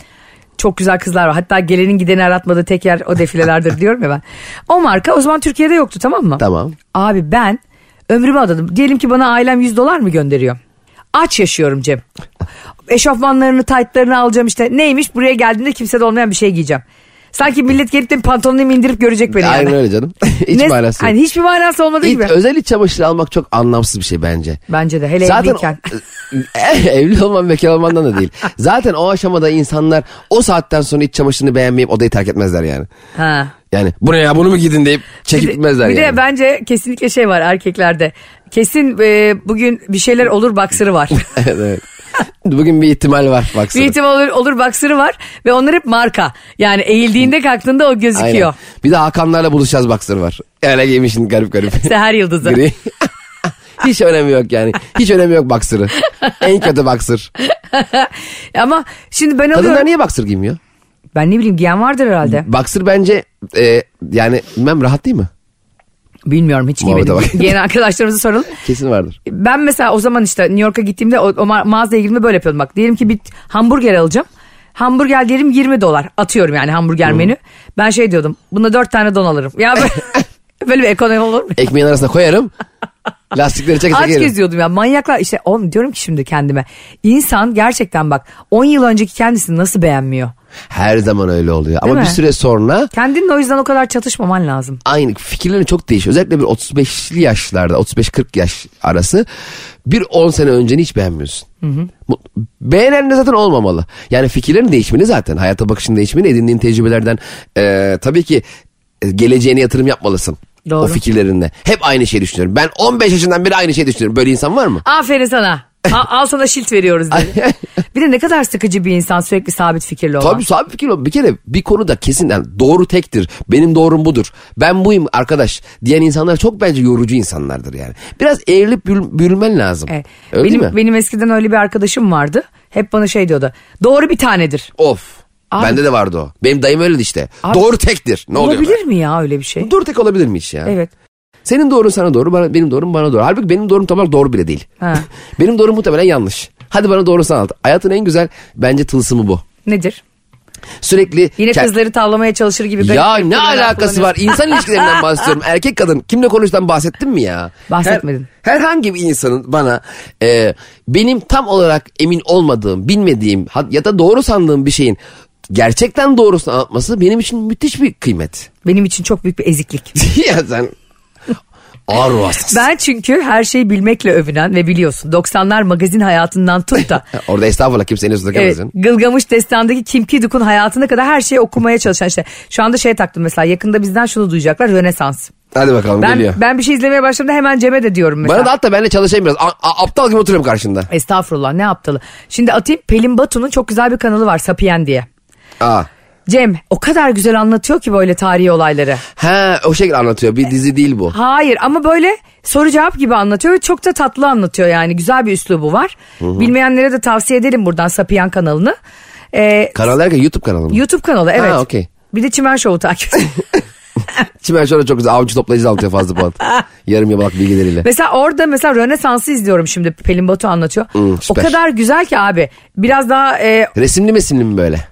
S1: Çok güzel kızlar var. Hatta gelenin gideni aratmadığı tek yer o defilelerdir diyorum ya ben. O marka o zaman Türkiye'de yoktu tamam mı?
S2: Tamam.
S1: Abi ben ömrümü adadım. Diyelim ki bana ailem 100 dolar mı gönderiyor? Aç yaşıyorum Cem. Eşofmanlarını, taytlarını alacağım işte. Neymiş buraya geldiğimde kimsede olmayan bir şey giyeceğim. Sanki millet gelip de pantolonumu indirip görecek beni
S2: Aynen
S1: yani.
S2: öyle canım. hiç
S1: Ne-
S2: manası yok.
S1: Hani hiçbir manası olmadığı
S2: İç-
S1: gibi.
S2: özel iç çamaşırı almak çok anlamsız bir şey bence.
S1: Bence de hele
S2: Zaten
S1: evliyken.
S2: evli olman bekar olmandan da değil. Zaten o aşamada insanlar o saatten sonra iç çamaşırını beğenmeyip odayı terk etmezler yani.
S1: Ha.
S2: Yani bu ne ya bunu mu giydin deyip
S1: Bir
S2: çekip
S1: de-
S2: gitmezler
S1: bir
S2: yani.
S1: de bence kesinlikle şey var erkeklerde. Kesin e, bugün bir şeyler olur baksırı var.
S2: evet, evet. Bugün bir ihtimal var baksana.
S1: bir ihtimal olur, olur baksırı var ve onlar hep marka. Yani eğildiğinde kalktığında o
S2: Aynen.
S1: gözüküyor.
S2: Bir de Hakanlarla buluşacağız baksır var. Öyle giymişsin garip garip.
S1: Seher Yıldız'ı.
S2: Gri. Hiç önemi yok yani. Hiç önemi yok baksırı. En kötü baksır.
S1: Ama şimdi ben alıyorum.
S2: Kadınlar Hmm. niye baksır giymiyor?
S1: Ben ne bileyim giyen vardır herhalde.
S2: Baksır bence e, yani bilmem rahat değil mi?
S1: Bilmiyorum hiç
S2: Muhabbete
S1: giymedim.
S2: bak.
S1: Giyen arkadaşlarımıza soralım.
S2: Kesin vardır.
S1: Ben mesela o zaman işte New York'a gittiğimde o, o ma- mağazaya girdiğimde böyle yapıyordum. Bak diyelim ki bir hamburger alacağım. Hamburger diyelim 20 dolar. Atıyorum yani hamburger menü. Ben şey diyordum. Buna 4 tane don alırım. Ya böyle, böyle bir ekonomi olur mu?
S2: Ekmeğin arasına koyarım. Lastikleri çeke
S1: Aç
S2: çeke yerim.
S1: geziyordum ya manyaklar işte oğlum diyorum ki şimdi kendime insan gerçekten bak 10 yıl önceki kendisini nasıl beğenmiyor?
S2: Her zaman öyle oluyor. Ama
S1: Değil
S2: bir
S1: mi?
S2: süre sonra
S1: Kendinle o yüzden o kadar çatışmaman lazım.
S2: aynı fikirlerin çok değişiyor. Özellikle bir 35'li yaşlarda 35-40 yaş arası bir 10 sene önceni hiç beğenmiyorsun. Bu- Beğenen de zaten olmamalı. Yani fikirlerin değişmeni zaten hayata bakışın değişmeni edindiğin tecrübelerden e, tabii ki e, geleceğine yatırım yapmalısın.
S1: Doğru.
S2: O fikirlerinle. Hep aynı şeyi düşünüyorum. Ben 15 yaşından beri aynı şeyi düşünüyorum. Böyle insan var mı?
S1: Aferin sana. Al, al sana şilt veriyoruz dedi. bir de ne kadar sıkıcı bir insan sürekli sabit fikirli olan.
S2: Tabii sabit fikir ol. Bir kere bir konuda kesin yani doğru tektir. Benim doğrum budur. Ben buyum arkadaş diyen insanlar çok bence yorucu insanlardır yani. Biraz eğrilip bül- bürülmen lazım.
S1: Evet.
S2: Öyle
S1: E, benim,
S2: değil mi?
S1: benim eskiden öyle bir arkadaşım vardı. Hep bana şey diyordu. Doğru bir tanedir.
S2: Of.
S1: Abi-
S2: Bende de vardı o. Benim dayım öyleydi işte.
S1: Abi-
S2: doğru tektir. Ne oluyor?
S1: Olabilir mi ya öyle bir şey?
S2: Doğru tek olabilir mi hiç ya?
S1: Evet.
S2: Senin doğrun sana doğru, bana, benim doğrum bana doğru. Halbuki benim doğrum tam olarak doğru bile değil.
S1: Ha.
S2: benim doğrum muhtemelen yanlış. Hadi bana doğru sana anlat. Hayatın en güzel bence tılsımı bu.
S1: Nedir?
S2: Sürekli
S1: Yine
S2: kend-
S1: kızları tavlamaya çalışır gibi. garip
S2: Ya
S1: garip
S2: ne
S1: kelimeler
S2: alakası var?
S1: kullanıyorsun.
S2: İnsan ilişkilerinden bahsediyorum. Erkek kadın kimle konuştan bahsettim mi ya?
S1: Bahsetmedin.
S2: Her- herhangi bir insanın bana e, benim tam olarak emin olmadığım, bilmediğim ha- ya da doğru sandığım bir şeyin gerçekten doğrusunu anlatması benim için müthiş bir kıymet.
S1: Benim için çok büyük bir eziklik.
S2: ya sen ağır vasıfsın.
S1: Ben çünkü her şeyi bilmekle övünen ve biliyorsun 90'lar magazin hayatından tut da
S2: Orada estağfurullah kimsenin üstüne
S1: Evet,
S2: evet.
S1: Gılgamış Destan'daki Kim Ki-duk'un hayatına kadar her şeyi okumaya çalışan işte. Şu anda şey taktım mesela yakında bizden şunu duyacaklar Rönesans.
S2: Hadi bakalım geliyor.
S1: Ben, ben bir şey izlemeye başladığımda hemen Cem'e de diyorum mesela.
S2: Bana da at da benimle çalışayım biraz. A- a- aptal gibi oturuyorum karşında.
S1: Estağfurullah ne aptalı. Şimdi atayım Pelin Batu'nun çok güzel bir kanalı var Sapien diye.
S2: Aa.
S1: Cem o kadar güzel anlatıyor ki böyle tarihi olayları.
S2: He o şekilde anlatıyor. Bir dizi değil bu.
S1: Hayır ama böyle soru cevap gibi anlatıyor ve çok da tatlı anlatıyor yani güzel bir üslubu var. Bilmeyenlere de tavsiye ederim buradan Sapien kanalını. Ee,
S2: Kanal derken YouTube kanalı mı?
S1: YouTube kanalı evet.
S2: okey.
S1: Bir de Çimen Show'u takip edin.
S2: Çimen Şor'a çok güzel avcı toplayıcı anlatıyor Fazlı Polat. Yarım yamalak bilgileriyle.
S1: Mesela orada mesela Rönesans'ı izliyorum şimdi Pelin Batu anlatıyor. o
S2: süper.
S1: kadar güzel ki abi. Biraz daha e,
S2: Resimli mesimli mi böyle?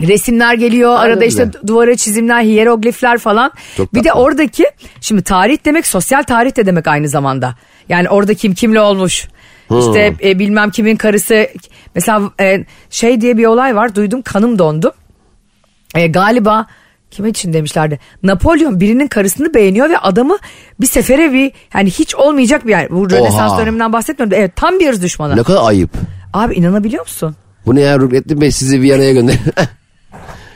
S1: resimler geliyor. arada işte
S2: güzel.
S1: duvara çizimler, hieroglifler falan.
S2: Çok
S1: bir de
S2: tatlı.
S1: oradaki şimdi tarih demek sosyal tarih de demek aynı zamanda. Yani orada kim kimle olmuş.
S2: Hmm.
S1: İşte e, bilmem kimin karısı. Mesela e, şey diye bir olay var. Duydum kanım dondu. E, galiba kime için demişlerdi. Napolyon birinin karısını beğeniyor ve adamı bir sefere bir yani hiç olmayacak bir yer. Bu Rönesans
S2: Oha.
S1: döneminden bahsetmiyorum. Evet tam bir ırz düşmanı.
S2: Ne kadar ayıp.
S1: Abi inanabiliyor musun?
S2: Bu ne ya Ruknettin Bey sizi Viyana'ya gönderin.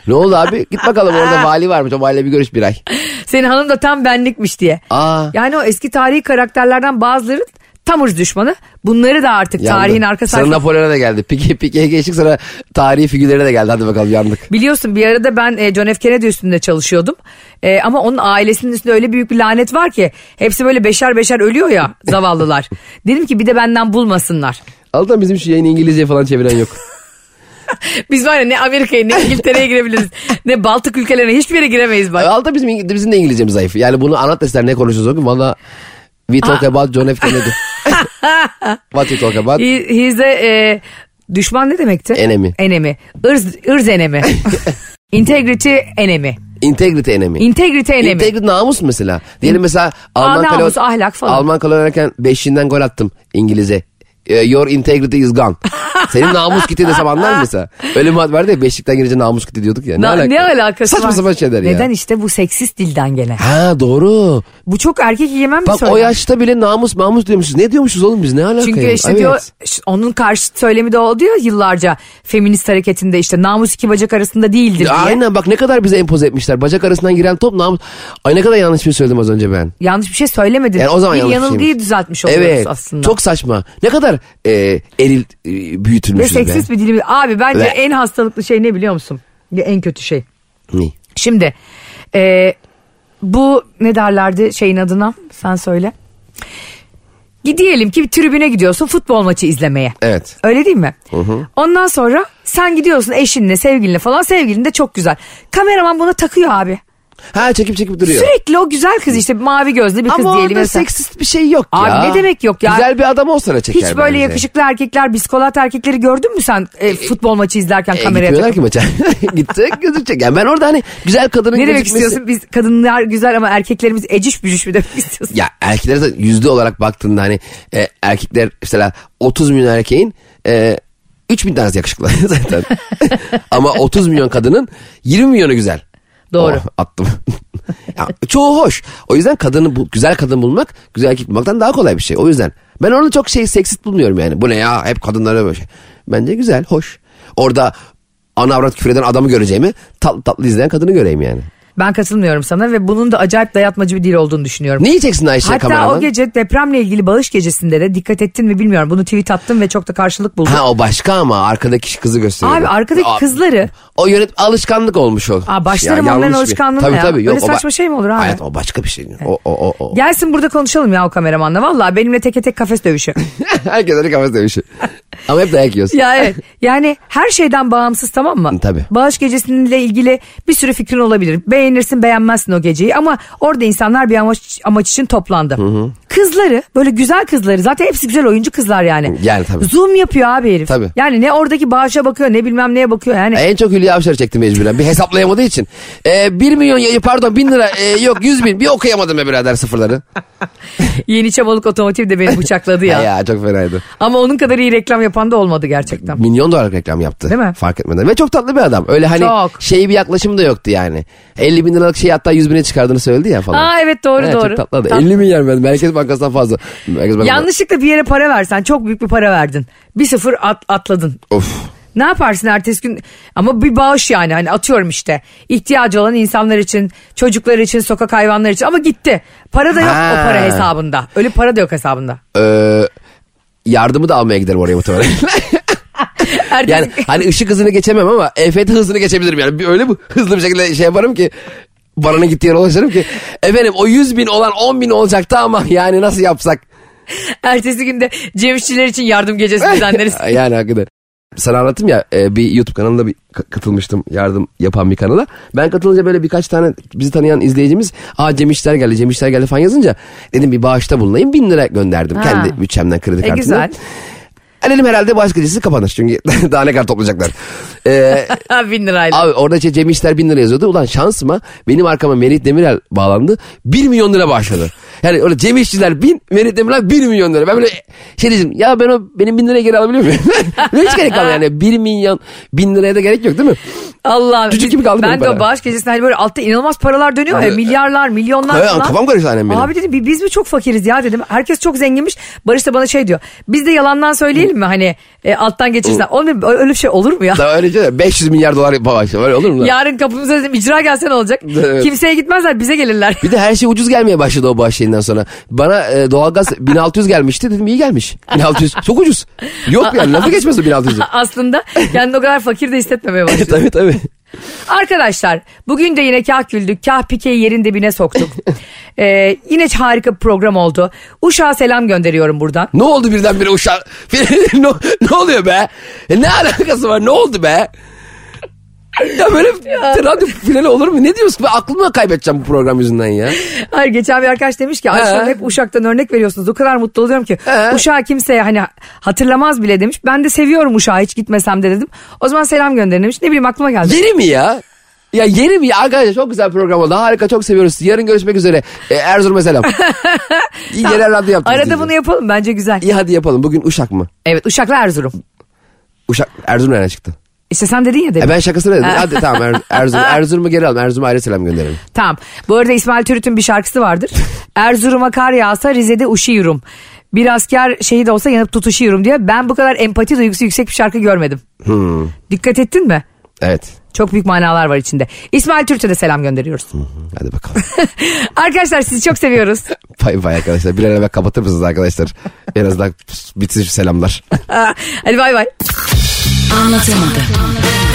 S2: ne oldu abi? Git bakalım orada vali varmış. O valiyle bir görüş bir ay.
S1: Senin hanım da tam benlikmiş diye.
S2: Aa.
S1: Yani o eski tarihi karakterlerden bazıları tam ırz düşmanı. Bunları da artık
S2: Yandı.
S1: tarihin arka
S2: Sana
S1: sayfa-
S2: Napolyon'a da geldi. Pike, Pike'ye geçtik sonra tarihi figürlere de geldi. Hadi bakalım yandık.
S1: Biliyorsun bir arada ben e, John F. Kennedy üstünde çalışıyordum. E, ama onun ailesinin üstünde öyle büyük bir lanet var ki hepsi böyle beşer beşer ölüyor ya zavallılar. Dedim ki bir de benden bulmasınlar.
S2: Altan bizim şu yayını İngilizceye falan çeviren yok.
S1: Biz var ya ne Amerika'ya ne İngiltere'ye girebiliriz. ne Baltık ülkelerine hiçbir yere giremeyiz bak.
S2: Altta bizim, İng- bizim de İngilizcemiz zayıf. Yani bunu anlat deseler ne konuşuyoruz o gün valla we talk
S1: Ah.
S2: about John F. Kennedy. What you talk about?
S1: He, he's the, e, düşman ne demekti?
S2: Enemy.
S1: Enemi. Irz, ırz enemi. Integrity enemi.
S2: Integrity enemy.
S1: Integrity enemi.
S2: Integrity namus mesela. Diyelim mesela Alman kale-
S1: namus, ahlak falan.
S2: Alman kale oynarken beşinden gol attım İngiliz'e. E, Your integrity is gone. Senin namus gitti desem anlar mı mesela? Öyle bir ad vardı ya beşikten girince namus gitti diyorduk ya. Ne,
S1: Na-
S2: alaka?
S1: ne alakası
S2: Saçma
S1: var?
S2: sapan şeyler ya.
S1: Neden işte bu seksist dilden gelen.
S2: Ha doğru.
S1: Bu çok erkek egemen bir
S2: Bak
S1: söylem.
S2: o yaşta bile namus mamus diyormuşuz. Ne diyormuşuz oğlum biz ne alaka
S1: Çünkü
S2: ya?
S1: işte
S2: Evet.
S1: diyor ş- onun karşı söylemi de oldu ya yıllarca feminist hareketinde işte namus iki bacak arasında değildir diye.
S2: Aynen bak ne kadar bize empoze etmişler. Bacak arasından giren top namus. Ay ne kadar yanlış bir şey söyledim az önce ben.
S1: Yanlış bir şey söylemedin.
S2: Yani o zaman
S1: bir
S2: yanlış bir
S1: yanılgıyı
S2: şeymiş.
S1: düzeltmiş oluyoruz
S2: Evet
S1: aslında.
S2: çok saçma. Ne kadar e, eril e,
S1: Ve
S2: büyütülmüşüz
S1: seksist
S2: be.
S1: bir dilimiz. Abi bence
S2: Ve-
S1: en hastalıklı şey ne biliyor musun? Ya En kötü şey.
S2: Ne?
S1: Şimdi e, bu ne derlerdi şeyin adına sen söyle. Gidelim ki bir tribüne gidiyorsun futbol maçı izlemeye.
S2: Evet.
S1: Öyle değil mi? Ondan sonra sen gidiyorsun eşinle sevgilinle falan sevgilin de çok güzel. Kameraman buna takıyor abi.
S2: Ha çekip çekip duruyor.
S1: Sürekli o güzel kız işte mavi gözlü bir kız
S2: Ama
S1: diyelim.
S2: orada
S1: mesela.
S2: seksist bir şey yok
S1: Abi
S2: ya.
S1: ne demek yok ya?
S2: Güzel bir adam olsana çeker
S1: Hiç böyle
S2: bence.
S1: yakışıklı erkekler biskolat erkekleri gördün mü sen e, futbol maçı izlerken
S2: E,
S1: kameraya
S2: gitmiyorlar
S1: takıp?
S2: ki maça. Gittik gözü çek. Yani ben orada hani güzel kadının
S1: Ne demek
S2: gözükmesi-
S1: istiyorsun biz kadınlar güzel ama erkeklerimiz eciş bücüş mü demek istiyorsun?
S2: Ya erkeklere de yüzde olarak baktığında hani e, erkekler mesela 30 milyon erkeğin e, 3 bin tanesi yakışıklı zaten. Ama 30 milyon kadının 20 milyonu güzel.
S1: Doğru.
S2: Oh, attım. ya, çoğu hoş. O yüzden kadını bu, güzel kadın bulmak güzel erkek bulmaktan daha kolay bir şey. O yüzden ben onu çok şey seksist bulmuyorum yani. Bu ne ya hep kadınlara böyle şey. Bence güzel, hoş. Orada ana avrat küfür eden adamı göreceğimi tatlı tatlı izleyen kadını göreyim yani.
S1: Ben katılmıyorum sana ve bunun da acayip dayatmacı bir dil olduğunu düşünüyorum.
S2: Ne yiyeceksin Ayşe
S1: Hatta
S2: kameraman?
S1: o gece depremle ilgili bağış gecesinde de dikkat ettin mi bilmiyorum. Bunu tweet attım ve çok da karşılık buldum.
S2: Ha o başka ama arkadaki kızı gösteriyor.
S1: Abi arkadaki
S2: Aa,
S1: kızları
S2: O yönet alışkanlık olmuş o.
S1: Aa, başları
S2: Ya,
S1: mamaların
S2: yanlış bir-
S1: alışkanlığı
S2: tabii,
S1: ya.
S2: Tabii
S1: Öyle
S2: Yok, o ba-
S1: saçma şey mi olur abi?
S2: Hayat o başka bir şey. O o o. o.
S1: gelsin burada konuşalım ya o kameramanla. Valla benimle teke tek kafes dövüşü.
S2: Herkes öyle kafası demiş. ama hep dayak yiyorsun.
S1: ya evet. Yani her şeyden bağımsız tamam mı?
S2: Tabii.
S1: Bağış gecesiyle ilgili bir sürü fikrin olabilir. Beğenirsin beğenmezsin o geceyi ama orada insanlar bir amaç, amaç için toplandı. Kızları böyle güzel kızları zaten hepsi güzel oyuncu kızlar yani.
S2: Yani tabii.
S1: Zoom yapıyor abi herif.
S2: Tabii.
S1: Yani ne oradaki bağışa bakıyor ne bilmem neye bakıyor yani.
S2: En çok Hülya Avşar çekti mecburen. Bir hesaplayamadığı için. Ee, 1 milyon ya- pardon 1000 lira e, yok 100 bin. Bir okuyamadım be birader sıfırları.
S1: Yeni çabalık otomotiv de beni bıçakladı
S2: Ya.
S1: ya.
S2: ya çok fenaydı.
S1: Ama onun kadar iyi reklam yapan da olmadı gerçekten.
S2: Milyon dolarlık reklam yaptı.
S1: Değil mi?
S2: Fark etmeden. Ve çok tatlı bir adam. Öyle hani
S1: Çok.
S2: şey bir yaklaşım da yoktu yani. 50 bin liralık şeyi hatta 100 bine çıkardığını söyledi ya falan.
S1: Aa, evet, doğru,
S2: He,
S1: doğru.
S2: Çok tatlı adam.
S1: Tatlı.
S2: 50 milyar ben. Merkez Bankası'ndan fazla. Merkez Bankası.
S1: Yanlışlıkla bir yere para versen çok büyük bir para verdin. Bir sıfır at, atladın.
S2: Of.
S1: Ne yaparsın ertesi gün? Ama bir bağış yani hani atıyorum işte. İhtiyacı olan insanlar için, çocuklar için, sokak hayvanları için ama gitti. Para da yok
S2: Ha.
S1: o para hesabında. Öyle para da yok hesabında.
S2: Ee, yardımı da almaya giderim oraya muhtemelen.
S1: Ertesi-
S2: yani hani ışık hızını geçemem ama EFT hızını geçebilirim yani. Bir- Öyle bu hızlı bir şekilde şey yaparım ki paranın gittiği yere ulaşırım ki efendim o 100 bin olan 10 bin olacaktı ama yani nasıl yapsak?
S1: ertesi gün de Cem İşçiler için yardım gecesi düzenleriz.
S2: yani hakikaten. Sana anlattım ya e, bir YouTube kanalına bir ka- katılmıştım yardım yapan bir kanala. Ben katılınca böyle birkaç tane bizi tanıyan izleyicimiz aa Cem İşler geldi Cem İşler geldi falan yazınca dedim bir bağışta bulunayım bin lira gönderdim
S1: Ha.
S2: kendi bütçemden kredi
S1: e
S2: kartından.
S1: güzel.
S2: E, Dedim herhalde bağış gecesi kapanır çünkü daha ne kadar toplayacaklar. E,
S1: Ha, Bin lirayla.
S2: abi orada işte Cem İşler bin lira yazıyordu. Ulan şansıma benim arkama Melih Demirel bağlandı. Bir milyon lira bağışladı. Yani öyle Cem İşçiler bin, Melih Demirel bir milyon lira. Ben böyle şey dedim ya ben o benim bin liraya geri alabiliyor muyum? Böyle hiç gerek kalmadı yani. Bir milyon bin liraya da gerek yok değil mi?
S1: Allah.
S2: Cücük gibi kaldı
S1: Ben
S2: benim
S1: de o
S2: para.
S1: bağış gecesinde hani böyle altta inanılmaz paralar dönüyor ya.
S2: Evet.
S1: Milyarlar, milyonlar
S2: Evet,
S1: falan.
S2: kafam karıştı annem benim.
S1: Abi dedim "bi- biz mi çok fakiriz ya dedim. Herkes çok zenginmiş. Barış da bana şey diyor. Biz de yalandan söyleyelim mi hani e, alttan geçirsen. Oğlum dedim, öyle bir şey olur mu ya?
S2: Daha öyle diyorlar, 500 milyar dolar bağışladı. Öyle olur mu? lan?
S1: Yarın kapımıza dedim icra gelsen olacak.
S2: Evet.
S1: Kimseye gitmezler bize gelirler.
S2: Bir de her şey ucuz gelmeye başladı o bağış şeyinden sonra. Bana e, doğalgaz 1600 gelmişti dedim iyi gelmiş. 1600 çok ucuz. Yok yani lafı geçmez o 1600'ü.
S1: Aslında kendini o kadar fakir de hissetmemeye başladı.
S2: tabii tabii.
S1: Arkadaşlar bugün de yine kah güldük. Kah pikeyi yerin dibine soktuk. Ee, yine harika bir program oldu. Uşağa selam gönderiyorum buradan.
S2: Ne oldu birdenbire uşağı? ne, ne oluyor be? E ne alakası var? Ne oldu be? Ya böyle radyo finali olur mu? Ne diyorsun? Ben aklımı kaybedeceğim bu program yüzünden ya.
S1: Hayır geçen bir arkadaş demiş ki Ayşe
S2: He.
S1: Hanım hep Uşak'tan örnek veriyorsunuz. O kadar mutlu oluyorum ki.
S2: He.
S1: Uşak'ı kimseye hani hatırlamaz bile demiş. Ben de seviyorum Uşak'ı hiç gitmesem de dedim. O zaman selam gönderin demiş. Ne bileyim aklıma geldi.
S2: Yeri mi ya? Ya yeri mi ya? Arkadaşlar çok güzel program oldu. Harika çok seviyoruz. sizi. Yarın görüşmek üzere. E, Erzurum'a selam. İyi yerel radyo yaptınız.
S1: Arada
S2: diyeceğim.
S1: bunu yapalım bence güzel.
S2: İyi hadi yapalım. Bugün Uşak mı?
S1: Evet Uşak'la Erzurum.
S2: Uşak. Erzurum nereden çıktı?
S1: İşte sen dedin ya demin.
S2: E ben şakasını dedim. Hadi tamam Er- Erzurum. Erzurum'u geri alalım. Erzurum'a aile selam gönderelim.
S1: Tamam. Bu arada İsmail Türüt'ün bir şarkısı vardır. Erzurum'a kar yağsa Rize'de uşuyorum. Bir asker şehit olsa yanıp tutuşuyorum diyor. Ben bu kadar empati duygusu yüksek bir şarkı görmedim. Dikkat ettin mi?
S2: Hmm, Evet.
S1: Çok büyük manalar var içinde. İsmail Türüt'e de selam gönderiyoruz.
S2: Hadi bakalım.
S1: Arkadaşlar sizi çok seviyoruz.
S2: Bay bay arkadaşlar. Bir an evvel kapatır mısınız arkadaşlar? En azından bitsin şu selamlar.
S1: Hadi bay bay.
S3: Anlatamadım.